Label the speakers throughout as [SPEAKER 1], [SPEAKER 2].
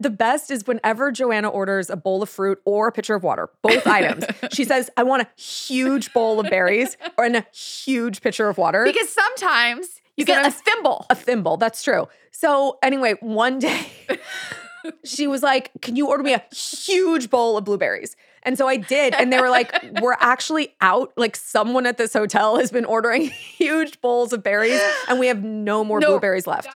[SPEAKER 1] the best is whenever Joanna orders a bowl of fruit or a pitcher of water, both items, she says, I want a huge bowl of berries or and a huge pitcher of water.
[SPEAKER 2] Because sometimes you get a
[SPEAKER 1] Sometimes-
[SPEAKER 2] thimble.
[SPEAKER 1] a thimble, that's true. So, anyway, one day she was like, Can you order me a huge bowl of blueberries? And so I did. And they were like, We're actually out. Like, someone at this hotel has been ordering huge bowls of berries, and we have no more
[SPEAKER 2] No.
[SPEAKER 1] blueberries left.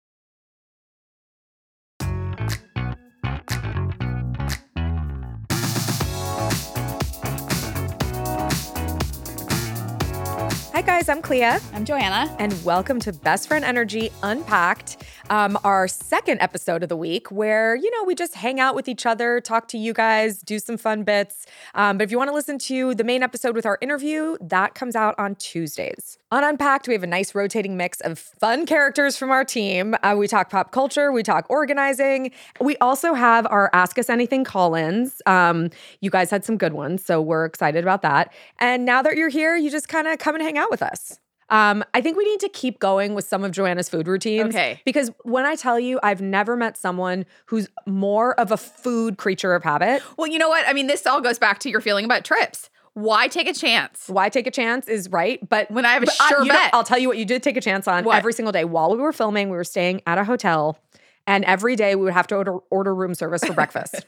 [SPEAKER 1] Hi, guys, I'm Clea.
[SPEAKER 2] I'm Joanna.
[SPEAKER 1] and welcome to Best Friend Energy Unpacked, um, our second episode of the week, where you know we just hang out with each other, talk to you guys, do some fun bits. Um, but if you want to listen to the main episode with our interview, that comes out on Tuesdays. On Unpacked, we have a nice rotating mix of fun characters from our team. Uh, we talk pop culture, we talk organizing. We also have our Ask Us Anything call-ins. Um, you guys had some good ones, so we're excited about that. And now that you're here, you just kind of come and hang out with us. Um, I think we need to keep going with some of Joanna's food routines.
[SPEAKER 2] Okay.
[SPEAKER 1] Because when I tell you, I've never met someone who's more of a food creature of habit.
[SPEAKER 2] Well, you know what? I mean, this all goes back to your feeling about trips. Why take a chance?
[SPEAKER 1] Why take a chance is right, but
[SPEAKER 2] When I have a
[SPEAKER 1] but I-
[SPEAKER 2] sure
[SPEAKER 1] you know,
[SPEAKER 2] bet.
[SPEAKER 1] I'll tell you what you did take a chance on
[SPEAKER 2] What?
[SPEAKER 1] every single day. While we were filming, we were staying at a hotel, and every day we would have to order, order room service for breakfast.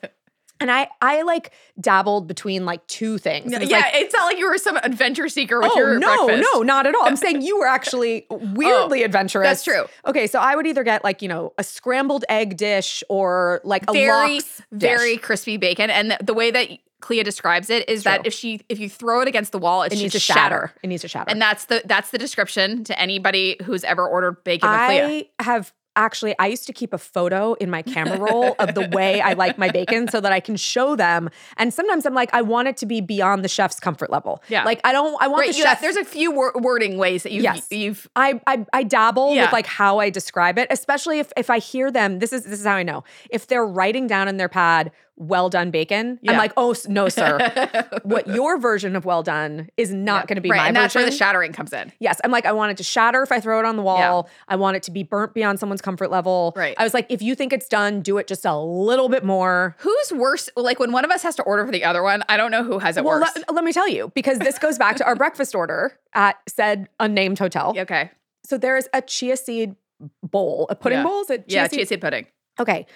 [SPEAKER 1] And I, I like dabbled between like two things. It was
[SPEAKER 2] yeah,
[SPEAKER 1] like,
[SPEAKER 2] it's not like you were some adventure seeker with
[SPEAKER 1] oh,
[SPEAKER 2] your
[SPEAKER 1] no,
[SPEAKER 2] breakfast. Oh,
[SPEAKER 1] no, not at all. I'm saying you were actually weirdly adventurous.
[SPEAKER 2] that's true.
[SPEAKER 1] Okay, so I would either get like you know a scrambled egg dish or like a
[SPEAKER 2] very
[SPEAKER 1] lox
[SPEAKER 2] very
[SPEAKER 1] dish.
[SPEAKER 2] crispy bacon and the, the way that clea describes it is that
[SPEAKER 1] True.
[SPEAKER 2] if she if you throw it against the wall it,
[SPEAKER 1] It
[SPEAKER 2] should
[SPEAKER 1] needs to
[SPEAKER 2] shatter.
[SPEAKER 1] shatter. It needs to shatter.
[SPEAKER 2] and that's the that's the description to anybody who's ever ordered bacon with clea
[SPEAKER 1] I have actually I used to keep a photo in my camera roll of the way I like my bacon so that I can show them. And sometimes I'm like, I want it to be beyond the chef's comfort level.
[SPEAKER 2] Yeah.
[SPEAKER 1] Like I don't I want
[SPEAKER 2] Right,
[SPEAKER 1] the
[SPEAKER 2] you got-
[SPEAKER 1] chef.
[SPEAKER 2] there's a few wor- wording ways that you've,
[SPEAKER 1] Yes.
[SPEAKER 2] you've
[SPEAKER 1] I, I I dabble
[SPEAKER 2] Yeah.
[SPEAKER 1] with like how I describe it, especially if if I hear them. This is this is how I know if they're writing down in their pad "well done bacon."
[SPEAKER 2] Yeah.
[SPEAKER 1] I'm like, oh s- no, sir. what your version of "well done" is not going to be
[SPEAKER 2] right
[SPEAKER 1] my
[SPEAKER 2] and
[SPEAKER 1] version.
[SPEAKER 2] that's where the shattering comes in
[SPEAKER 1] Yes, I'm like, I want it to shatter if I throw it on the wall. I want it to be burnt beyond someone's comfort level.
[SPEAKER 2] Right.
[SPEAKER 1] I was like, if you think it's done, do it just a little bit more.
[SPEAKER 2] who's worse like when one of us has to order for the other one i don't know who has it
[SPEAKER 1] Well,
[SPEAKER 2] worse
[SPEAKER 1] let, let me tell you, because this goes back to our breakfast order at said unnamed hotel.
[SPEAKER 2] okay
[SPEAKER 1] So there is a chia seed bowl, a pudding
[SPEAKER 2] Yeah.
[SPEAKER 1] bowl. Is it chia
[SPEAKER 2] yeah
[SPEAKER 1] seed?
[SPEAKER 2] chia seed pudding
[SPEAKER 1] Okay.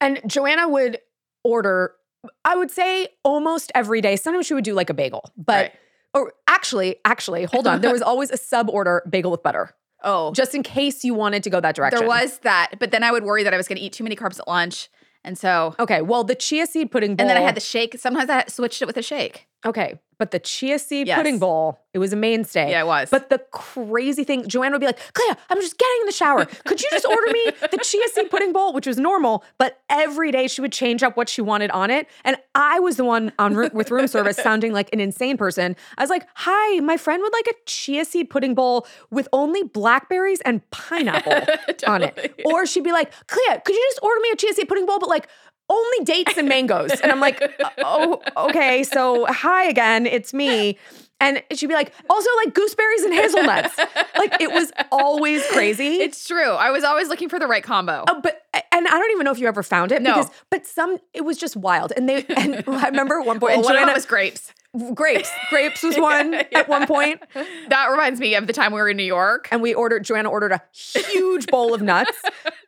[SPEAKER 1] And Joanna would order, I would say almost every day. Sometimes she would do like a bagel, but
[SPEAKER 2] Right.
[SPEAKER 1] or actually, actually, hold on. There was always a sub order bagel with butter,
[SPEAKER 2] oh
[SPEAKER 1] just in case you wanted to go that direction.
[SPEAKER 2] there was that but then i would worry that i was going to eat too many carbs at lunch and so
[SPEAKER 1] Okay, well, the chia seed pudding bowl.
[SPEAKER 2] and then i had the shake sometimes i switched it with a shake
[SPEAKER 1] Okay, but the chia seed
[SPEAKER 2] Yes.
[SPEAKER 1] pudding bowl, it was a mainstay.
[SPEAKER 2] Yeah, it was.
[SPEAKER 1] But the crazy thing, Joanna would be like, Clea, I'm just getting in the shower. Could you just order me the chia seed pudding bowl, which was normal, but every day she would change up what she wanted on it. And I was the one on roo- with room service sounding like an insane person. I was like, hi, my friend would like a chia seed pudding bowl with only blackberries and pineapple on it.
[SPEAKER 2] Totally.
[SPEAKER 1] Or she'd be like, Clea, could you just order me a chia seed pudding bowl, but like only dates and mangoes? And I'm like, oh, okay. So hi again, it's me. And she'd be like, also like gooseberries and hazelnuts. like it was always crazy.
[SPEAKER 2] It's true. I was always looking for the right combo.
[SPEAKER 1] Oh, but and I don't even know if you ever found it
[SPEAKER 2] No.
[SPEAKER 1] because but some it was just wild and they and I remember at one point
[SPEAKER 2] Well,
[SPEAKER 1] and
[SPEAKER 2] one of
[SPEAKER 1] Joanna
[SPEAKER 2] it was grapes.
[SPEAKER 1] grapes grapes was one at one point
[SPEAKER 2] That reminds me of the time we were in New York.
[SPEAKER 1] and we ordered joanna ordered a huge bowl of nuts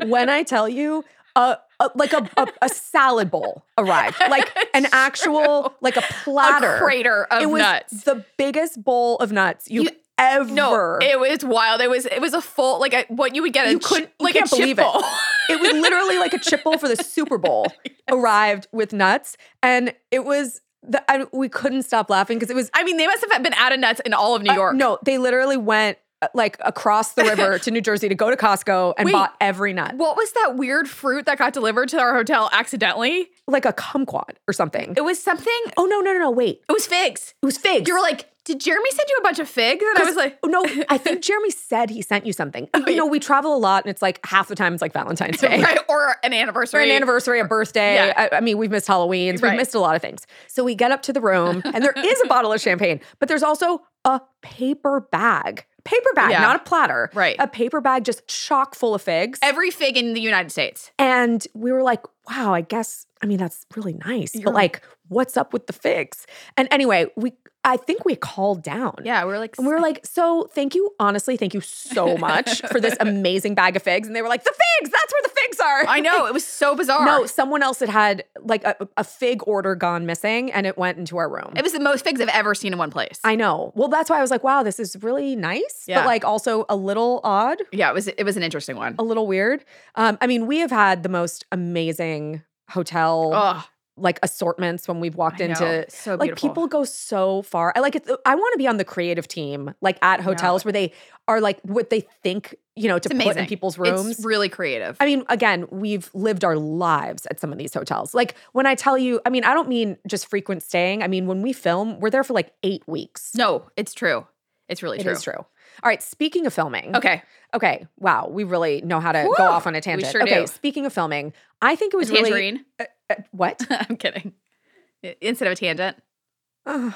[SPEAKER 1] when i tell you a, a like a, a, a salad bowl arrived like an actual like a platter
[SPEAKER 2] crater of
[SPEAKER 1] it was
[SPEAKER 2] nuts.
[SPEAKER 1] the biggest bowl of nuts you've
[SPEAKER 2] You-
[SPEAKER 1] ever
[SPEAKER 2] No, it was wild. It was it was a full like a, what you would get a
[SPEAKER 1] you
[SPEAKER 2] ch-
[SPEAKER 1] couldn't you
[SPEAKER 2] like
[SPEAKER 1] can't
[SPEAKER 2] a chip
[SPEAKER 1] believe
[SPEAKER 2] bowl.
[SPEAKER 1] it. It was literally like a chip bowl for the Super Bowl arrived with nuts, and it was the I, we couldn't stop laughing because it was
[SPEAKER 2] I mean, they must have been out of nuts in all of New
[SPEAKER 1] uh,
[SPEAKER 2] York.
[SPEAKER 1] no, they literally went uh, like across the river to New Jersey to go to Costco and
[SPEAKER 2] Wait.
[SPEAKER 1] bought every nut,
[SPEAKER 2] What was that weird fruit that got delivered to our hotel accidentally?
[SPEAKER 1] like a kumquat or something.
[SPEAKER 2] It was something.
[SPEAKER 1] oh no no no no wait,
[SPEAKER 2] It was figs.
[SPEAKER 1] it was figs. Oh,
[SPEAKER 2] You were like, did Jeremy send you a bunch of figs? And I was like,
[SPEAKER 1] no, I think Jeremy said he sent you something. you know, we travel a lot, and it's like half the time it's like Valentine's Day.
[SPEAKER 2] Oh, right, or an
[SPEAKER 1] For
[SPEAKER 2] anniversary.
[SPEAKER 1] an anniversary, a birthday.
[SPEAKER 2] Yeah.
[SPEAKER 1] I, I mean, we've missed Halloween's.
[SPEAKER 2] Right.
[SPEAKER 1] We've missed a lot of things. So we get up to the room, and there is a bottle of champagne, but there's also a paper bag paper bag,
[SPEAKER 2] Yeah.
[SPEAKER 1] not a platter.
[SPEAKER 2] Right.
[SPEAKER 1] A paper bag just chock full of figs.
[SPEAKER 2] Every fig in the United States.
[SPEAKER 1] And we were like, wow, I guess, I mean, that's really nice,
[SPEAKER 2] You're-
[SPEAKER 1] but like, what's up with the figs? And anyway, we, I think we called down.
[SPEAKER 2] Yeah, we were like,
[SPEAKER 1] And we were like, so thank you, honestly, thank you so much for this amazing bag of figs. And they were like, the figs, that's where the figs are.
[SPEAKER 2] I know it was so bizarre.
[SPEAKER 1] No, someone else had had like a, a fig order gone missing and it went into our room.
[SPEAKER 2] it was the most figs I've ever seen in one place.
[SPEAKER 1] I know. Well, that's why I was like, wow, this is really nice,
[SPEAKER 2] Yeah.
[SPEAKER 1] but like also a little odd,
[SPEAKER 2] yeah, it was it was an interesting one.
[SPEAKER 1] a little weird. Um, I mean, we have had the most amazing hotel
[SPEAKER 2] Oh,
[SPEAKER 1] like assortments when we've walked
[SPEAKER 2] I know.
[SPEAKER 1] into
[SPEAKER 2] so
[SPEAKER 1] like
[SPEAKER 2] beautiful.
[SPEAKER 1] people go so far. I like it. I want to be on the creative team, like at hotels where they are like what they think, you know, to
[SPEAKER 2] It's
[SPEAKER 1] put in
[SPEAKER 2] amazing.
[SPEAKER 1] people's rooms.
[SPEAKER 2] It's really creative.
[SPEAKER 1] I mean, again, we've lived our lives at some of these hotels. Like when I tell you, I mean, I don't mean just frequent staying. I mean, when we film, we're there for like eight weeks.
[SPEAKER 2] no, it's true. It's really
[SPEAKER 1] It is
[SPEAKER 2] true.
[SPEAKER 1] true. All right. Speaking of filming,
[SPEAKER 2] Okay,
[SPEAKER 1] okay, wow, we really know how to
[SPEAKER 2] Whew,
[SPEAKER 1] go off on a tangent.
[SPEAKER 2] sure
[SPEAKER 1] okay,
[SPEAKER 2] do.
[SPEAKER 1] speaking of filming, I think it was really
[SPEAKER 2] tangerine.
[SPEAKER 1] what
[SPEAKER 2] I'm kidding. I- Instead of a tangent.
[SPEAKER 1] Ugh,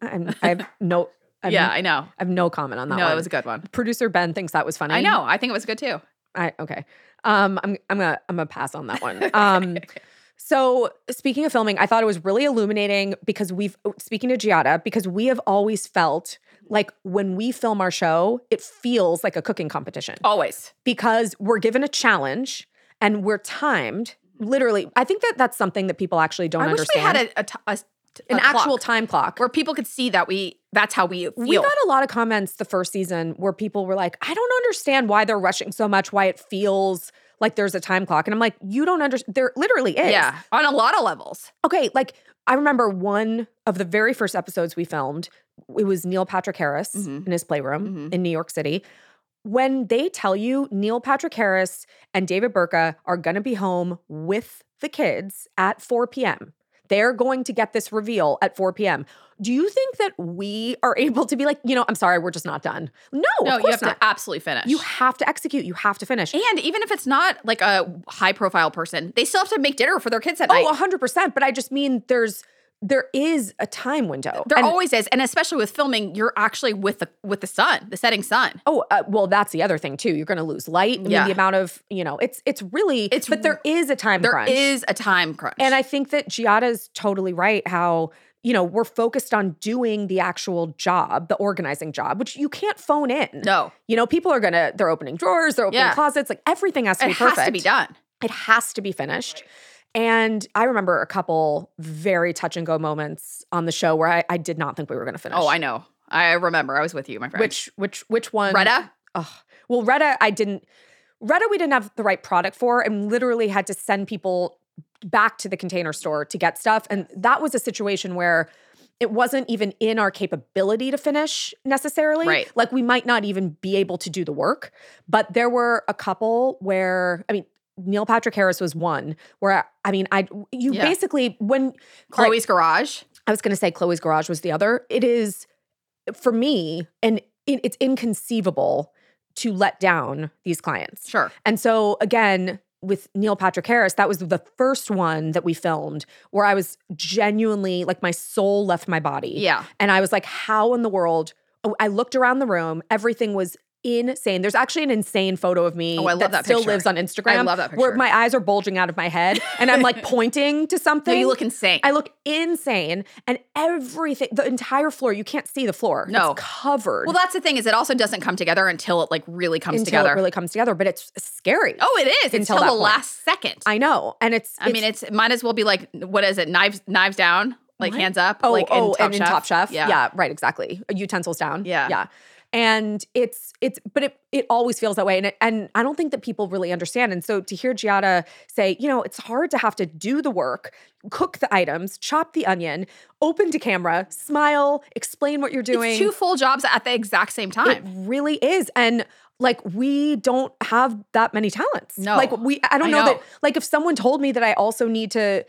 [SPEAKER 1] I'm, I have no. I'm,
[SPEAKER 2] yeah, I know.
[SPEAKER 1] I have no comment on that.
[SPEAKER 2] No,
[SPEAKER 1] one.
[SPEAKER 2] it was a good one.
[SPEAKER 1] producer Ben thinks that was funny.
[SPEAKER 2] I know. I think it was good too.
[SPEAKER 1] I okay. Um, I'm I'm gonna I'm gonna pass on that one. Um, so speaking of filming, I thought it was really illuminating because we've oh, speaking to Giada because we have always felt like when we film our show, it feels like a cooking competition
[SPEAKER 2] Oh. Always.
[SPEAKER 1] because we're given a challenge and we're timed. Literally, I think that that's something that people actually don't
[SPEAKER 2] I wish we
[SPEAKER 1] understand.
[SPEAKER 2] had a, a t- a-
[SPEAKER 1] an
[SPEAKER 2] a
[SPEAKER 1] actual
[SPEAKER 2] clock
[SPEAKER 1] time clock.
[SPEAKER 2] where people could see that we that's how we feel.
[SPEAKER 1] We got a lot of comments the first season where people were like, I don't understand why they're rushing so much, why it feels like there's a time clock. And I'm like, you don't understand. There literally is.
[SPEAKER 2] yeah, on a lot of levels.
[SPEAKER 1] Okay. Like, I remember one of the very first episodes we filmed, it was Neil Patrick Harris
[SPEAKER 2] Mhm.
[SPEAKER 1] in his playroom
[SPEAKER 2] Mhm.
[SPEAKER 1] in New York City. When they tell you Neil Patrick Harris and David Burka are going to be home with the kids at 4 p.m., they're going to get this reveal at 4 p.m. Do you think that we are able to be like, you know, I'm sorry, we're just not done? No,
[SPEAKER 2] no,
[SPEAKER 1] of
[SPEAKER 2] you
[SPEAKER 1] course
[SPEAKER 2] have
[SPEAKER 1] not.
[SPEAKER 2] to absolutely finish.
[SPEAKER 1] you have to execute. You have to finish.
[SPEAKER 2] and even if it's not like a high profile person, they still have to make dinner for their kids at night.
[SPEAKER 1] Oh, 100%. But I just mean there's there is a time window.
[SPEAKER 2] There
[SPEAKER 1] And-
[SPEAKER 2] always is, and especially with filming, you're actually with the with the sun, the setting sun.
[SPEAKER 1] Oh uh, well, that's the other thing too. You're going to lose light. I mean,
[SPEAKER 2] Yeah.
[SPEAKER 1] the amount of you know, it's it's really
[SPEAKER 2] It's
[SPEAKER 1] but there is a time
[SPEAKER 2] There is
[SPEAKER 1] crunch,
[SPEAKER 2] a time crunch,
[SPEAKER 1] and I think that Giada's totally right. How you know we're focused on doing the actual job, the organizing job, which you can't phone in.
[SPEAKER 2] no,
[SPEAKER 1] You know, people are gonna they're opening drawers, they're opening
[SPEAKER 2] Yeah.
[SPEAKER 1] closets, like everything has to
[SPEAKER 2] it
[SPEAKER 1] be perfect.
[SPEAKER 2] has to be done.
[SPEAKER 1] It has to be finished. And I remember a couple very touch and go moments on the show where I, I did not think we were going to finish.
[SPEAKER 2] Oh, I know. I remember. I was with you, my friend.
[SPEAKER 1] which um, which which one?
[SPEAKER 2] Retta?
[SPEAKER 1] Ugh. Well, Retta, I didn't. Retta, we didn't have the right product for, and literally had to send people back to the container store to get stuff. And that was a situation where it wasn't even in our capability to finish necessarily.
[SPEAKER 2] Right.
[SPEAKER 1] Like we might not even be able to do the work. But there were a couple where, I mean, Neil Patrick Harris was one where I, I mean, I you
[SPEAKER 2] Yeah.
[SPEAKER 1] basically when like,
[SPEAKER 2] Chloe's garage.
[SPEAKER 1] I was going to say Chloe's Garage was the other. It is for me, and it, it's inconceivable to let down these clients.
[SPEAKER 2] Sure.
[SPEAKER 1] And so again, with Neil Patrick Harris, that was the first one that we filmed where I was genuinely like my soul left my body.
[SPEAKER 2] Yeah.
[SPEAKER 1] And I was like, how in the world? Oh, I looked around the room. Everything was insane. There's actually an insane photo of me
[SPEAKER 2] Oh, I love that
[SPEAKER 1] still
[SPEAKER 2] picture.
[SPEAKER 1] lives on Instagram.
[SPEAKER 2] I love that
[SPEAKER 1] Where
[SPEAKER 2] picture.
[SPEAKER 1] my eyes are bulging out of my head and I'm like pointing to
[SPEAKER 2] No,
[SPEAKER 1] something.
[SPEAKER 2] you look insane.
[SPEAKER 1] I look insane, and everything, the entire floor, you can't see the floor.
[SPEAKER 2] No.
[SPEAKER 1] It's covered.
[SPEAKER 2] well, that's the thing is, it also doesn't come together until it like really comes
[SPEAKER 1] until
[SPEAKER 2] together.
[SPEAKER 1] it really comes together, but it's scary.
[SPEAKER 2] oh, it is
[SPEAKER 1] Until
[SPEAKER 2] until,
[SPEAKER 1] that
[SPEAKER 2] the
[SPEAKER 1] point.
[SPEAKER 2] last second. I,
[SPEAKER 1] I know. And it's,
[SPEAKER 2] mean, it's might as well be like what is it? Knives, knives down, like
[SPEAKER 1] What?
[SPEAKER 2] hands up.
[SPEAKER 1] oh,
[SPEAKER 2] like in
[SPEAKER 1] oh,
[SPEAKER 2] Top
[SPEAKER 1] and
[SPEAKER 2] Chef.
[SPEAKER 1] in Top Chef.
[SPEAKER 2] Yeah.
[SPEAKER 1] yeah, right, exactly. Utensils down.
[SPEAKER 2] Yeah.
[SPEAKER 1] Yeah. And it's it's but it it always feels that way. And it, and I don't think that people really understand. And so to hear Giada say, you know, it's hard to have to do the work, cook the items, chop the onion, open to camera, smile, explain what you're doing.
[SPEAKER 2] It's two full jobs at the exact same
[SPEAKER 1] It
[SPEAKER 2] time.
[SPEAKER 1] really is. And like we don't have that many talents.
[SPEAKER 2] No.
[SPEAKER 1] Like we I don't
[SPEAKER 2] I
[SPEAKER 1] know, that
[SPEAKER 2] know.
[SPEAKER 1] like if someone told me that I also need to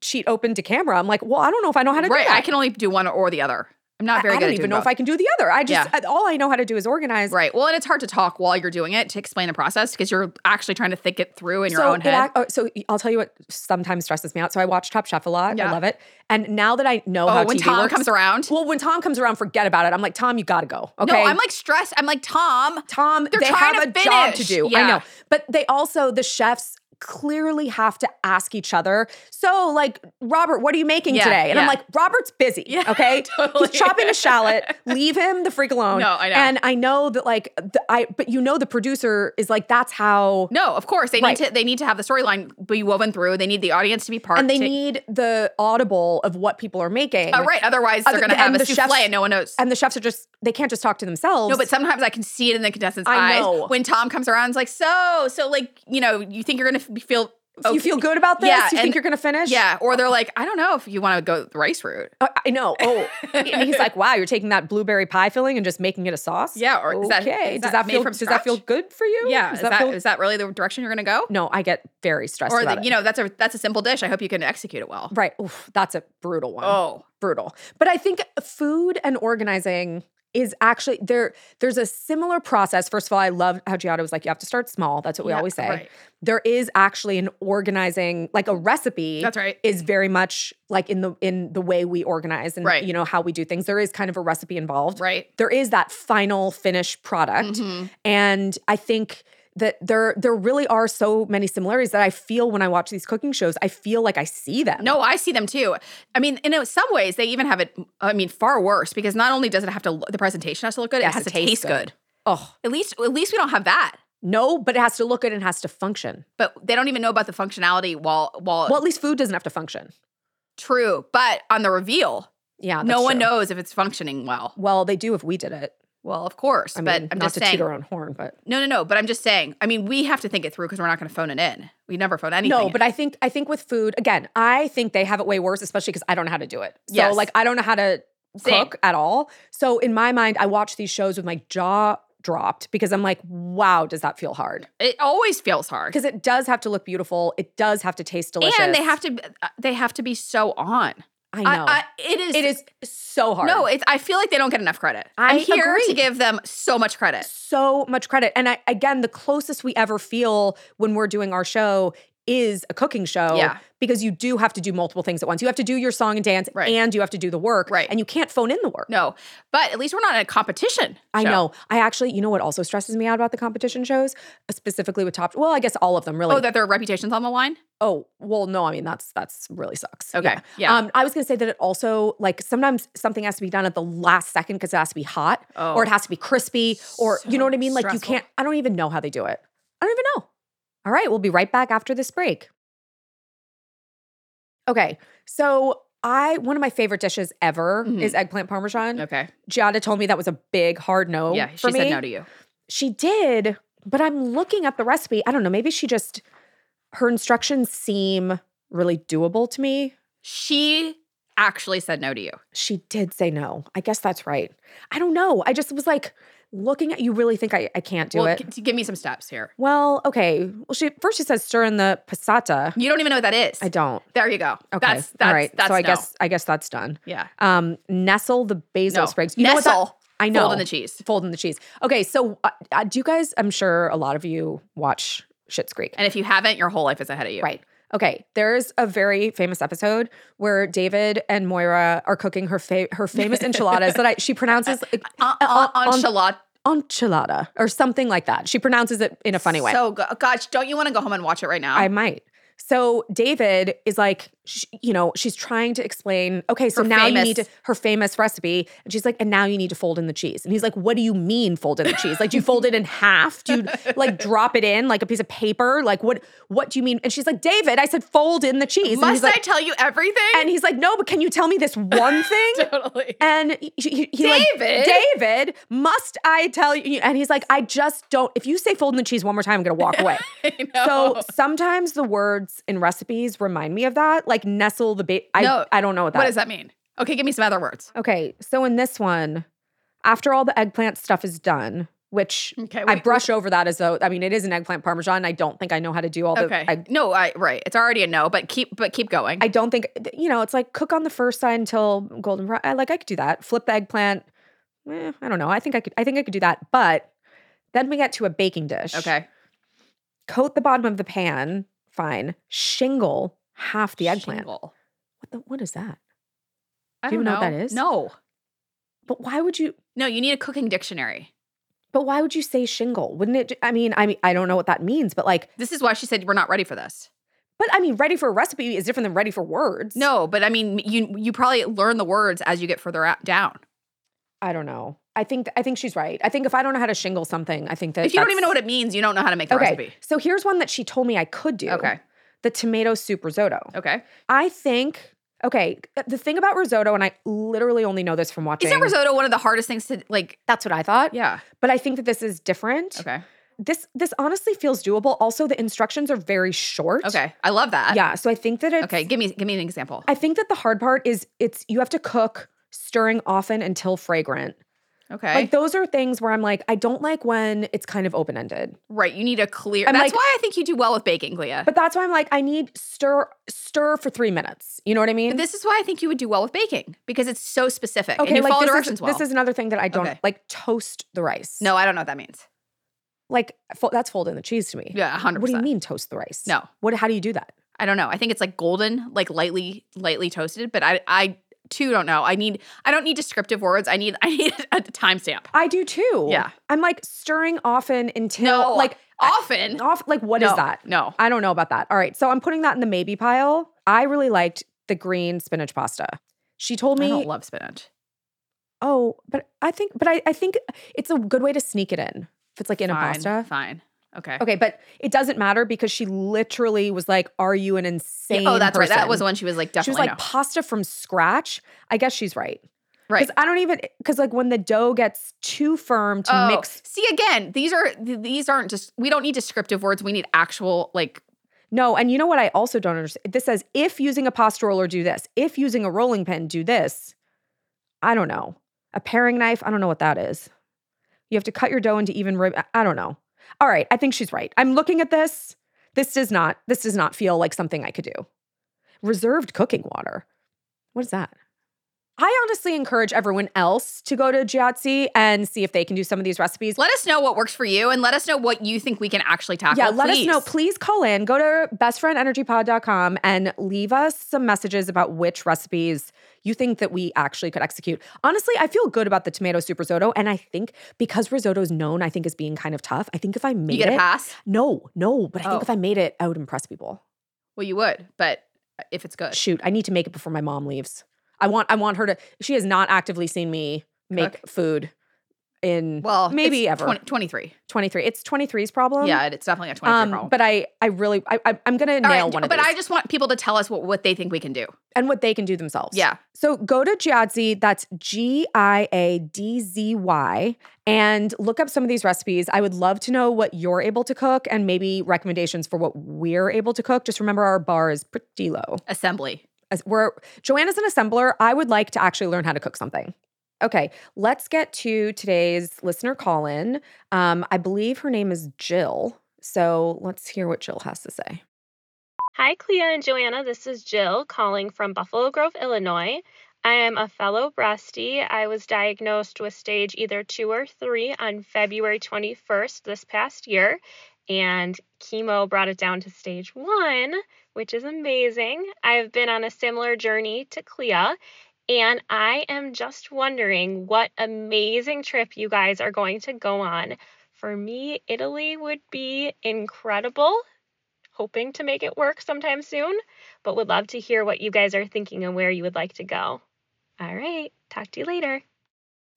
[SPEAKER 1] cheat open to camera, I'm like, well, I don't know if I know how to
[SPEAKER 2] right.
[SPEAKER 1] do that.
[SPEAKER 2] I can only do one or the other. I I'm not very
[SPEAKER 1] I
[SPEAKER 2] good
[SPEAKER 1] don't
[SPEAKER 2] at
[SPEAKER 1] even
[SPEAKER 2] doing
[SPEAKER 1] know if
[SPEAKER 2] both.
[SPEAKER 1] I can do the other. I just
[SPEAKER 2] Yeah.
[SPEAKER 1] I- all I know how to do is organize.
[SPEAKER 2] Right. Well, and it's hard to talk while you're doing it to explain the process because you're actually trying to think it through in your
[SPEAKER 1] so
[SPEAKER 2] own
[SPEAKER 1] it
[SPEAKER 2] head.
[SPEAKER 1] ac- oh, so I'll tell you what sometimes stresses me out. So I watch Top Chef a lot. I
[SPEAKER 2] Yeah.
[SPEAKER 1] love it. And now that I know how
[SPEAKER 2] oh, when
[SPEAKER 1] TV
[SPEAKER 2] Tom
[SPEAKER 1] works,
[SPEAKER 2] comes around.
[SPEAKER 1] well, when Tom comes around, forget about it. I'm like, Tom, you gotta go. Okay.
[SPEAKER 2] No, I'm like stressed. I'm like Tom.
[SPEAKER 1] Tom,
[SPEAKER 2] They're
[SPEAKER 1] they
[SPEAKER 2] trying
[SPEAKER 1] have
[SPEAKER 2] to
[SPEAKER 1] a job to
[SPEAKER 2] finish.
[SPEAKER 1] do. I
[SPEAKER 2] Yeah.
[SPEAKER 1] know. But they also, the chefs clearly have to ask each other. So, like, Robert, what are you making
[SPEAKER 2] Yeah,
[SPEAKER 1] today? And I'm
[SPEAKER 2] yeah.
[SPEAKER 1] like, Robert's busy.
[SPEAKER 2] Yeah,
[SPEAKER 1] okay.
[SPEAKER 2] totally.
[SPEAKER 1] He's chopping a shallot. Leave him the freak alone.
[SPEAKER 2] No, I know.
[SPEAKER 1] And I know that, like, the, I, but you know, the producer is like, that's how.
[SPEAKER 2] No, of course they
[SPEAKER 1] Right.
[SPEAKER 2] need to. They need to have the storyline be woven through. They need the audience to be part.
[SPEAKER 1] And they
[SPEAKER 2] to-
[SPEAKER 1] need the audible of what people are making.
[SPEAKER 2] Oh, right. Otherwise,
[SPEAKER 1] Other-
[SPEAKER 2] they're going to have
[SPEAKER 1] and
[SPEAKER 2] a
[SPEAKER 1] the
[SPEAKER 2] souffle
[SPEAKER 1] chefs-
[SPEAKER 2] and no one knows.
[SPEAKER 1] And the chefs are just, they can't just talk to themselves.
[SPEAKER 2] No, but sometimes I can see it in the contestants'
[SPEAKER 1] I
[SPEAKER 2] eyes
[SPEAKER 1] know.
[SPEAKER 2] when Tom comes around. It's like so, so like you know, you think you're going to feel.
[SPEAKER 1] you
[SPEAKER 2] okay.
[SPEAKER 1] feel good about this?
[SPEAKER 2] Yeah,
[SPEAKER 1] you
[SPEAKER 2] and-
[SPEAKER 1] think you're going to finish?
[SPEAKER 2] Yeah, or they're like, I don't know if you want to go the rice route.
[SPEAKER 1] Uh, I know. Oh, and he's like, "Wow, you're taking that blueberry pie filling and just making it a sauce."
[SPEAKER 2] Yeah, or
[SPEAKER 1] okay.
[SPEAKER 2] is that- is
[SPEAKER 1] does
[SPEAKER 2] that
[SPEAKER 1] that
[SPEAKER 2] made
[SPEAKER 1] feel
[SPEAKER 2] from
[SPEAKER 1] does that feel
[SPEAKER 2] scratch?
[SPEAKER 1] good for you?
[SPEAKER 2] Yeah,
[SPEAKER 1] Does
[SPEAKER 2] is
[SPEAKER 1] Oh, that
[SPEAKER 2] that,
[SPEAKER 1] feel-
[SPEAKER 2] is that really the direction you're going to go?
[SPEAKER 1] no, I get very stressed
[SPEAKER 2] Or
[SPEAKER 1] about
[SPEAKER 2] the,
[SPEAKER 1] it.
[SPEAKER 2] you know, that's a that's a simple dish. I hope you can execute it well.
[SPEAKER 1] right? Oof, that's a brutal one.
[SPEAKER 2] Oh,
[SPEAKER 1] Brutal. But I think food and organizing is actually there. There's a similar process. First of all, I love how Giada was like, "You have to start small." That's what we
[SPEAKER 2] Yeah,
[SPEAKER 1] always say.
[SPEAKER 2] right.
[SPEAKER 1] There is actually an organizing, like a recipe.
[SPEAKER 2] That's right.
[SPEAKER 1] Is very much like in the in the way we organize and
[SPEAKER 2] Right.
[SPEAKER 1] you know how we do things. There is kind of a recipe involved.
[SPEAKER 2] right.
[SPEAKER 1] there is that final finished product
[SPEAKER 2] Mhm.
[SPEAKER 1] and i think that there there really are so many similarities that i feel when i watch these cooking shows i feel like i see them
[SPEAKER 2] No, I see them too. I mean, in some ways, they even have it. I mean, far worse because not only does it have to look, the presentation has to look good,
[SPEAKER 1] Yes,
[SPEAKER 2] it has to taste, good.
[SPEAKER 1] oh
[SPEAKER 2] At least, at least we don't have that.
[SPEAKER 1] no but it has to look good and it has to function
[SPEAKER 2] But they don't even know about the functionality. While while
[SPEAKER 1] well at least food doesn't have to function
[SPEAKER 2] true, but on the reveal,
[SPEAKER 1] yeah that's
[SPEAKER 2] no one
[SPEAKER 1] true.
[SPEAKER 2] knows if it's functioning well.
[SPEAKER 1] well they do if we did it
[SPEAKER 2] Well, of course,
[SPEAKER 1] i mean
[SPEAKER 2] but I'm
[SPEAKER 1] not
[SPEAKER 2] just
[SPEAKER 1] to
[SPEAKER 2] saying.
[SPEAKER 1] toot our own horn but
[SPEAKER 2] No, no, no. But I'm just saying. I mean, we have to think it through because we're not going to phone it in. We never phone anything.
[SPEAKER 1] No,
[SPEAKER 2] in.
[SPEAKER 1] but I think I think with food again, I think they have it way worse, especially because I don't know how to do it. So
[SPEAKER 2] Yes.
[SPEAKER 1] like I don't know how to
[SPEAKER 2] Same.
[SPEAKER 1] cook at all. So in my mind, I watch these shows with my jaw dropped because I'm like, wow, does that feel hard?
[SPEAKER 2] it always feels hard.
[SPEAKER 1] Because it does have to look beautiful. It does have to taste delicious.
[SPEAKER 2] And they have to. They have to be so on.
[SPEAKER 1] I know
[SPEAKER 2] it is.
[SPEAKER 1] it is so hard.
[SPEAKER 2] No, it's, I feel like they don't get enough credit.
[SPEAKER 1] I
[SPEAKER 2] I'm here
[SPEAKER 1] agree.
[SPEAKER 2] to give them so much credit.
[SPEAKER 1] so much credit. And I, again, the closest we ever feel when we're doing our show is a cooking show
[SPEAKER 2] Yeah.
[SPEAKER 1] because you do have to do multiple things at once. You have to do your song and dance
[SPEAKER 2] Right.
[SPEAKER 1] and you have to do the work.
[SPEAKER 2] Right.
[SPEAKER 1] And you can't phone in the work.
[SPEAKER 2] No, but at least we're not in a competition.
[SPEAKER 1] I
[SPEAKER 2] show.
[SPEAKER 1] know. I actually, you know what also stresses me out about the competition shows, Uh, specifically with Top. Well, I guess all of them really.
[SPEAKER 2] Oh, that their reputation's on the line.
[SPEAKER 1] Oh, well, no. I mean, that's that's really sucks.
[SPEAKER 2] Okay, yeah.
[SPEAKER 1] Um, I was gonna say that it also like sometimes something has to be done at the last second because it has to be hot
[SPEAKER 2] Oh.
[SPEAKER 1] or it has to be crispy or you know
[SPEAKER 2] So
[SPEAKER 1] what I mean. Like
[SPEAKER 2] stressful.
[SPEAKER 1] you can't. I don't even know how they do it. I don't even know. All right, we'll be right back after this break. Okay, so I one of my favorite dishes ever
[SPEAKER 2] Mhm.
[SPEAKER 1] is eggplant parmesan.
[SPEAKER 2] Okay.
[SPEAKER 1] Giada told me that was a big hard no.
[SPEAKER 2] yeah,
[SPEAKER 1] Oh, for
[SPEAKER 2] she
[SPEAKER 1] me.
[SPEAKER 2] said no to you.
[SPEAKER 1] She did, but I'm looking up the recipe. I don't know. Maybe she just, her instructions seem really doable to me.
[SPEAKER 2] She actually said no to you.
[SPEAKER 1] She did say no. I guess that's right. I don't know. I just was like, looking at you, really think I, I can't do
[SPEAKER 2] well,
[SPEAKER 1] it.
[SPEAKER 2] g- t- give me some steps here.
[SPEAKER 1] well, okay. Well, she first she says stir in the passata.
[SPEAKER 2] You don't even know what that is.
[SPEAKER 1] I don't.
[SPEAKER 2] there you go.
[SPEAKER 1] Okay.
[SPEAKER 2] That's, that's
[SPEAKER 1] All right.
[SPEAKER 2] That's
[SPEAKER 1] so I
[SPEAKER 2] no.
[SPEAKER 1] guess I guess that's done.
[SPEAKER 2] yeah.
[SPEAKER 1] Um, nestle the basil
[SPEAKER 2] No.
[SPEAKER 1] sprigs.
[SPEAKER 2] Nestle.
[SPEAKER 1] that- I know.
[SPEAKER 2] Fold in the cheese.
[SPEAKER 1] Fold in the cheese. Okay, so uh, uh, do you guys? I'm sure a lot of you watch Schitt's Creek.
[SPEAKER 2] And if you haven't, your whole life is ahead of you.
[SPEAKER 1] Right. Okay. There's a very famous episode where David and Moira are cooking her fa- her famous enchiladas that I, she pronounces like,
[SPEAKER 2] Uh,
[SPEAKER 1] Uh,
[SPEAKER 2] uh,
[SPEAKER 1] uh, on-
[SPEAKER 2] enchilada.
[SPEAKER 1] enchilada or something like that. She pronounces it in a funny way.
[SPEAKER 2] So go- gosh, don't you want to go home and watch it right now?
[SPEAKER 1] I might. So David is like, sh you know, she's trying to explain. Okay, so
[SPEAKER 2] Her
[SPEAKER 1] now you
[SPEAKER 2] famous-
[SPEAKER 1] need to, her famous recipe, and she's like, and now you need to fold in the cheese. And he's like, what do you mean fold in the cheese? Like, do you fold it in half? Do you like drop it in like a piece of paper? Like, what what do you mean? And she's like, David, I said fold in the cheese. and he's
[SPEAKER 2] Must
[SPEAKER 1] like,
[SPEAKER 2] I tell you everything?
[SPEAKER 1] And he's like, no, but can you tell me this one thing?
[SPEAKER 2] totally.
[SPEAKER 1] And he, he, he like,
[SPEAKER 2] David?
[SPEAKER 1] David, must I tell you? And he's like, I just don't. If you say fold in the cheese one more time, I'm gonna walk away.
[SPEAKER 2] I
[SPEAKER 1] so
[SPEAKER 2] know.
[SPEAKER 1] sometimes the words in recipes remind me of that, like nestle the bait. I,
[SPEAKER 2] No.
[SPEAKER 1] I don't know what that.
[SPEAKER 2] What does that mean? Okay, give me some other words.
[SPEAKER 1] Okay, so in this one, after all the eggplant stuff is done, which
[SPEAKER 2] Okay,
[SPEAKER 1] I
[SPEAKER 2] wait,
[SPEAKER 1] brush over that as though I mean it is an eggplant parmesan. I don't think I know how to do all
[SPEAKER 2] Okay.
[SPEAKER 1] the. I,
[SPEAKER 2] no, I right. It's already a no, but keep but keep going.
[SPEAKER 1] I don't think you know. It's like cook on the first side until golden brown. I, like I could do that. Flip the eggplant. Eh, I don't know. I think I could. I think I could do that. But then we get to a baking dish.
[SPEAKER 2] okay.
[SPEAKER 1] Coat the bottom of the pan. Fine. Shingle half the eggplant.
[SPEAKER 2] Shingle.
[SPEAKER 1] What the, What is that?
[SPEAKER 2] I
[SPEAKER 1] Do you
[SPEAKER 2] don't
[SPEAKER 1] know what that is?
[SPEAKER 2] No.
[SPEAKER 1] But why would you?
[SPEAKER 2] No, you need a cooking dictionary.
[SPEAKER 1] But why would you say shingle? Wouldn't it? I mean, I mean, I don't know what that means. But like,
[SPEAKER 2] This is why she said we're not ready for this.
[SPEAKER 1] but I mean, ready for a recipe is different than ready for words.
[SPEAKER 2] No, but I mean you you probably learn the words as you get further out, down.
[SPEAKER 1] I don't know. I think I think she's right. I think if I don't know how to shingle something, I think that
[SPEAKER 2] If you don't even know
[SPEAKER 1] that's-
[SPEAKER 2] what it means, you don't know how to make the
[SPEAKER 1] okay.
[SPEAKER 2] recipe.
[SPEAKER 1] So here's one that she told me I could do.
[SPEAKER 2] Okay.
[SPEAKER 1] The tomato soup risotto.
[SPEAKER 2] Okay.
[SPEAKER 1] I think okay. uh, The thing about risotto, and I literally only know this from watching.
[SPEAKER 2] Isn't risotto one of the hardest things to like
[SPEAKER 1] That's what I thought.
[SPEAKER 2] yeah.
[SPEAKER 1] But I think that this is different.
[SPEAKER 2] Okay.
[SPEAKER 1] This this honestly feels doable. Also, the instructions are very short.
[SPEAKER 2] Okay. I love that.
[SPEAKER 1] Yeah. So I think that it's
[SPEAKER 2] Okay, give me give me an example.
[SPEAKER 1] I think that the hard part is it's you have to cook stirring often until fragrant.
[SPEAKER 2] Okay.
[SPEAKER 1] Like those are things where I'm like, I don't like when it's kind of open ended.
[SPEAKER 2] right, you need a clear
[SPEAKER 1] I'm
[SPEAKER 2] That's
[SPEAKER 1] like-
[SPEAKER 2] why I think you do well with baking, Leah.
[SPEAKER 1] But that's why I'm like, I need stir stir for three minutes. You know what I mean?
[SPEAKER 2] And this is why I think you would do well with baking because it's so specific
[SPEAKER 1] okay,
[SPEAKER 2] and you
[SPEAKER 1] like
[SPEAKER 2] follow
[SPEAKER 1] this
[SPEAKER 2] directions
[SPEAKER 1] is,
[SPEAKER 2] well.
[SPEAKER 1] This is another thing that I don't
[SPEAKER 2] Okay.
[SPEAKER 1] like. Toast the rice.
[SPEAKER 2] no, I don't know what that means.
[SPEAKER 1] like fo- that's folding the cheese to me.
[SPEAKER 2] Yeah, hundred
[SPEAKER 1] What do
[SPEAKER 2] percent.
[SPEAKER 1] you mean toast the rice?
[SPEAKER 2] No,
[SPEAKER 1] What? How do you do that?
[SPEAKER 2] I don't know. I think it's like golden, like lightly, lightly toasted. But I, I too don't know. I need, I don't need descriptive words. I need, I need a timestamp.
[SPEAKER 1] I do too.
[SPEAKER 2] Yeah.
[SPEAKER 1] I'm like stirring often until
[SPEAKER 2] No,
[SPEAKER 1] like
[SPEAKER 2] often.
[SPEAKER 1] off. Like what is
[SPEAKER 2] No,
[SPEAKER 1] that?
[SPEAKER 2] No.
[SPEAKER 1] I don't know about that. All right, so I'm putting that in the maybe pile. I really liked the green spinach pasta. She told
[SPEAKER 2] I
[SPEAKER 1] me,
[SPEAKER 2] don't love spinach.
[SPEAKER 1] oh, but I think, but I, I think it's a good way to sneak it in if it's like in a
[SPEAKER 2] fine,
[SPEAKER 1] pasta.
[SPEAKER 2] Fine. Okay.
[SPEAKER 1] Okay, but it doesn't matter because she literally was like, "Are you an
[SPEAKER 2] Yeah,
[SPEAKER 1] insane?"
[SPEAKER 2] oh, that's right. That
[SPEAKER 1] person?"
[SPEAKER 2] was the one she was like
[SPEAKER 1] She was
[SPEAKER 2] definitely
[SPEAKER 1] like pasta from scratch. I guess she's right.
[SPEAKER 2] no. Right.
[SPEAKER 1] Because I don't even because like when the dough gets too firm to
[SPEAKER 2] Oh,
[SPEAKER 1] mix.
[SPEAKER 2] See again, these are th- these aren't just we don't need descriptive words. We need actual like
[SPEAKER 1] No, and you know what? I also don't understand. This says if using a pasta roller, do this. If using a rolling pin, do this. I don't know. A paring knife. I don't know what that is. You have to cut your dough into even rib. I- I don't know. All right, I think she's right. I'm looking at this. This does not. This does not feel like something I could do. Reserved cooking water. What is that? I honestly encourage everyone else to go to Giazzi and see if they can do some of these recipes.
[SPEAKER 2] let us know what works for you and let us know what you think we can actually tackle.
[SPEAKER 1] Yeah, let us know.
[SPEAKER 2] please.
[SPEAKER 1] Please call in. Go to bestfriendenergypod.com and leave us some messages about which recipes you think that we actually could execute. Honestly, I feel good about the tomato soup risotto. And I think because risotto is known, I think, as being kind of tough, I think if I made
[SPEAKER 2] You get
[SPEAKER 1] it.
[SPEAKER 2] a pass?
[SPEAKER 1] No, no, but I
[SPEAKER 2] Oh.
[SPEAKER 1] think if I made it, I would impress people.
[SPEAKER 2] Well, you would, but if it's good.
[SPEAKER 1] Shoot, I need to make it before my mom leaves. I want I want her to she has not actively seen me make food in
[SPEAKER 2] Well, it's
[SPEAKER 1] maybe ever.
[SPEAKER 2] 20 23.
[SPEAKER 1] 23. It's 23's problem.
[SPEAKER 2] yeah, it's definitely a 23
[SPEAKER 1] Um,
[SPEAKER 2] problem.
[SPEAKER 1] but I, I really, I, I- I'm gonna
[SPEAKER 2] All
[SPEAKER 1] nail
[SPEAKER 2] right,
[SPEAKER 1] one of
[SPEAKER 2] but
[SPEAKER 1] these.
[SPEAKER 2] I just want people to tell us what, what they think we can do.
[SPEAKER 1] and what they can do themselves.
[SPEAKER 2] Yeah.
[SPEAKER 1] So go to Giadzy, that's G I A D Z Y, and look up some of these recipes. I would love to know what you're able to cook and maybe recommendations for what we're able to cook. Just remember our bar is pretty low.
[SPEAKER 2] Assembly.
[SPEAKER 1] As we're Joanna's an assembler. I would like to actually learn how to cook something. Okay, let's get to today's listener call in. Um, I believe her name is Jill. So let's hear what Jill has to say.
[SPEAKER 3] Hi, Clea and Joanna. This is Jill calling from Buffalo Grove, Illinois. I am a fellow breastie. I was diagnosed with stage either two or three on February 21st this past year, and chemo brought it down to stage one, which is amazing. I have been on a similar journey to Clea, and I am just wondering what amazing trip you guys are going to go on. For me, Italy would be incredible hoping to make it work sometime soon, but would love to hear what you guys are thinking and where you would like to go. All right, talk to you later.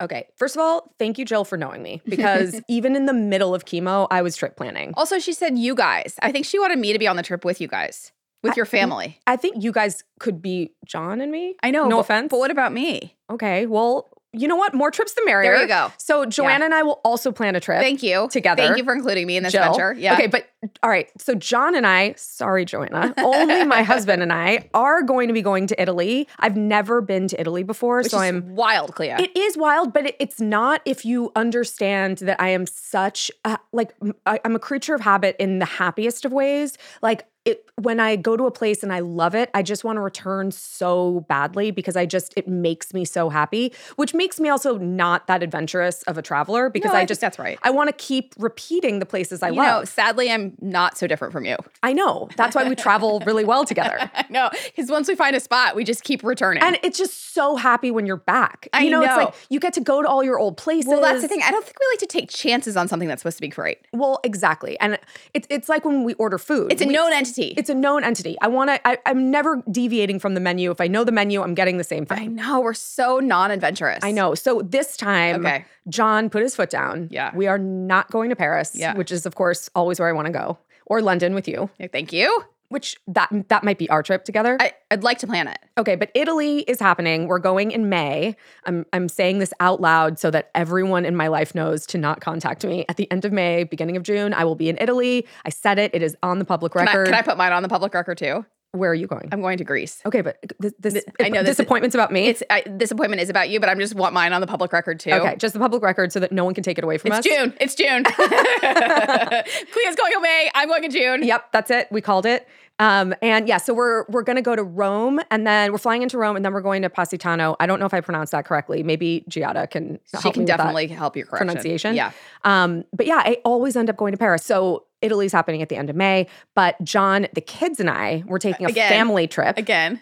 [SPEAKER 1] Okay. First of all, thank you, Jill, for knowing me because even in the middle of chemo, I was trip planning.
[SPEAKER 2] Also, she said you guys. I think she wanted me to be on the trip with you guys, with
[SPEAKER 1] I-
[SPEAKER 2] your family.
[SPEAKER 1] I think you guys could be John and me.
[SPEAKER 2] I know.
[SPEAKER 1] No
[SPEAKER 2] but-
[SPEAKER 1] offense.
[SPEAKER 2] But what about me?
[SPEAKER 1] Okay. Well, you know what? More trips the merrier.
[SPEAKER 2] There you go.
[SPEAKER 1] So Joanna and I will also plan a trip.
[SPEAKER 2] Thank you.
[SPEAKER 1] Together.
[SPEAKER 2] Thank you for including me in this
[SPEAKER 1] Jill.
[SPEAKER 2] venture. Yeah.
[SPEAKER 1] Okay, but all right. So John and I, sorry, Joanna, only my husband and I are going to be going to Italy. I've never been to Italy before,
[SPEAKER 2] Which
[SPEAKER 1] so
[SPEAKER 2] is
[SPEAKER 1] I'm
[SPEAKER 2] wild, Clea.
[SPEAKER 1] It is wild, but it, it's not if you understand that I am such a, like m- I, am a creature of habit in the happiest of ways. Like it, when I go to a place and I love it, I just want to return so badly because I just it makes me so happy, which makes me also not that adventurous of a traveler because
[SPEAKER 2] No, I
[SPEAKER 1] I,
[SPEAKER 2] think
[SPEAKER 1] just
[SPEAKER 2] that's right.
[SPEAKER 1] I want to keep repeating the places I
[SPEAKER 2] you
[SPEAKER 1] love.
[SPEAKER 2] know, sadly, I'm not so different from you.
[SPEAKER 1] I know that's why we travel really well together.
[SPEAKER 2] I know, because once we find a spot, we just keep returning.
[SPEAKER 1] And it's just so happy when you're back.
[SPEAKER 2] I
[SPEAKER 1] you know, it's
[SPEAKER 2] know.
[SPEAKER 1] like you get to go to all your old places.
[SPEAKER 2] well, that's the thing. I don't think we like to take chances on something that's supposed to be great.
[SPEAKER 1] Well, exactly. And it's it's like when we order food.
[SPEAKER 2] It's a
[SPEAKER 1] We-
[SPEAKER 2] known entity.
[SPEAKER 1] it's a known entity. I want to. I'm never deviating from the menu. If I know the menu, I'm getting the same
[SPEAKER 2] I
[SPEAKER 1] thing.
[SPEAKER 2] know we're so non-adventurous.
[SPEAKER 1] I know. So this time,
[SPEAKER 2] Okay.
[SPEAKER 1] John put his foot down.
[SPEAKER 2] Yeah.
[SPEAKER 1] we are not going to Paris.
[SPEAKER 2] Yeah.
[SPEAKER 1] which is of course always where I want to go, or London with you.
[SPEAKER 2] Yeah, Thank you.
[SPEAKER 1] Which that that might be our trip together.
[SPEAKER 2] I, I'd like to plan it.
[SPEAKER 1] okay, but Italy is happening. We're going in May. I'm I'm saying this out loud so that everyone in my life knows to not contact me at the end of May, beginning of June. I will be in Italy. I said it. It is on the public
[SPEAKER 2] Can I,
[SPEAKER 1] record.
[SPEAKER 2] can I put mine on the public record too?
[SPEAKER 1] Where are you going?
[SPEAKER 2] I'm going to Greece.
[SPEAKER 1] Okay, but this, this
[SPEAKER 2] I know this-
[SPEAKER 1] this appointment's about me.
[SPEAKER 2] It's I, this appointment is about you, but I'm just want mine on the public record too.
[SPEAKER 1] okay, just the public record so that no one can take it away from
[SPEAKER 2] It's
[SPEAKER 1] us.
[SPEAKER 2] June. It's June. Clea's going away. I'm going in June.
[SPEAKER 1] Yep, that's it. We called it. Um, and yeah, so we're we're gonna go to Rome, and then we're flying into Rome, and then we're going to Positano. I don't know if I pronounced that correctly. Maybe Giada can.
[SPEAKER 2] She
[SPEAKER 1] help
[SPEAKER 2] can
[SPEAKER 1] me with that
[SPEAKER 2] definitely help your correction.
[SPEAKER 1] pronunciation.
[SPEAKER 2] Yeah.
[SPEAKER 1] Um, but yeah, I always end up going to Paris. So Italy's happening at the end of May. But John, the kids, and I were taking a
[SPEAKER 2] Again.
[SPEAKER 1] family trip.
[SPEAKER 2] Again.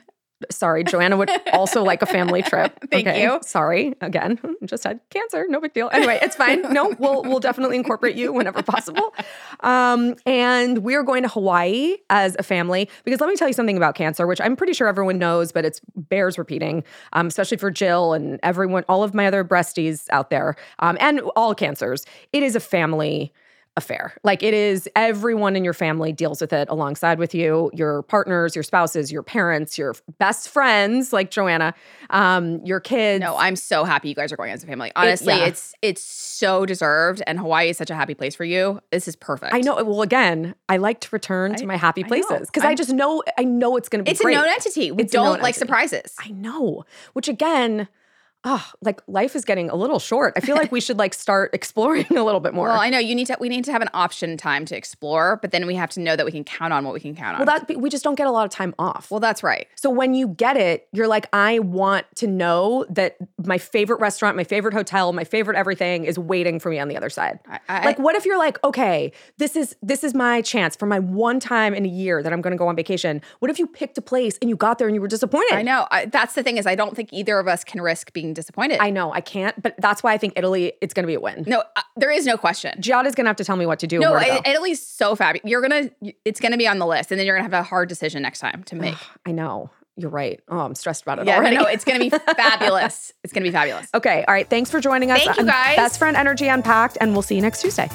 [SPEAKER 1] Sorry, Joanna would also like a family trip.
[SPEAKER 2] Thank you.
[SPEAKER 1] Sorry again. Just had cancer. No big deal. Anyway, it's fine. No, we'll we'll definitely incorporate you whenever possible. Um, and we're going to Hawaii as a family because let me tell you something about cancer, which I'm pretty sure everyone knows, but it's bears repeating, um, especially for Jill and everyone, all of my other breasties out there, um, and all cancers. It is a family affair. Like it is everyone in your family deals with it alongside with you, your partners, your spouses, your parents, your best friends like Joanna, um, your kids.
[SPEAKER 2] No, I'm so happy you guys are going as a family. Honestly,
[SPEAKER 1] yeah.
[SPEAKER 2] it's it's so deserved, and Hawaii is such a happy place for you. This is perfect.
[SPEAKER 1] I know. Well, again, I like to return to
[SPEAKER 2] I-
[SPEAKER 1] my happy
[SPEAKER 2] I know.
[SPEAKER 1] places because I,
[SPEAKER 2] I'm-
[SPEAKER 1] just know I know it's going to be
[SPEAKER 2] It's
[SPEAKER 1] great.
[SPEAKER 2] a known entity. We
[SPEAKER 1] It's a known
[SPEAKER 2] don't like
[SPEAKER 1] entity.
[SPEAKER 2] surprises.
[SPEAKER 1] I know. Which again, oh, like life is getting a little short. I feel like we should like start exploring a little bit more.
[SPEAKER 2] Well, I know you need to. We need to have an option time to explore, but then we have to know that we can count on what we can count on.
[SPEAKER 1] well, that we just don't get a lot of time off.
[SPEAKER 2] well, that's right.
[SPEAKER 1] So when you get it, you're like, I want to know that my favorite restaurant, my favorite hotel, my favorite everything is waiting for me on the other side.
[SPEAKER 2] I, I,
[SPEAKER 1] like what if you're like okay this is this is my chance for my one time in a year that i'm going to go on vacation what if you picked a place and you got there and you were disappointed
[SPEAKER 2] I know. I, that's the thing is, I don't think either of us can risk being disappointed.
[SPEAKER 1] i know i can't but that's why i think italy it's going to be a win
[SPEAKER 2] no, uh, there is no question.
[SPEAKER 1] giada's going to have to tell me what to do and
[SPEAKER 2] No,
[SPEAKER 1] where to
[SPEAKER 2] I-
[SPEAKER 1] go.
[SPEAKER 2] Italy's so fabulous. You're gonna. It's gonna be on the list, and then you're gonna have a hard decision next time to make.
[SPEAKER 1] I know you're right oh i'm stressed about it
[SPEAKER 2] yeah,
[SPEAKER 1] already
[SPEAKER 2] no, no, it's gonna be fabulous. It's gonna be fabulous.
[SPEAKER 1] okay all right thanks for joining us
[SPEAKER 2] Thank you,
[SPEAKER 1] on
[SPEAKER 2] guys.
[SPEAKER 1] best friend energy unpacked and we'll see you next tuesday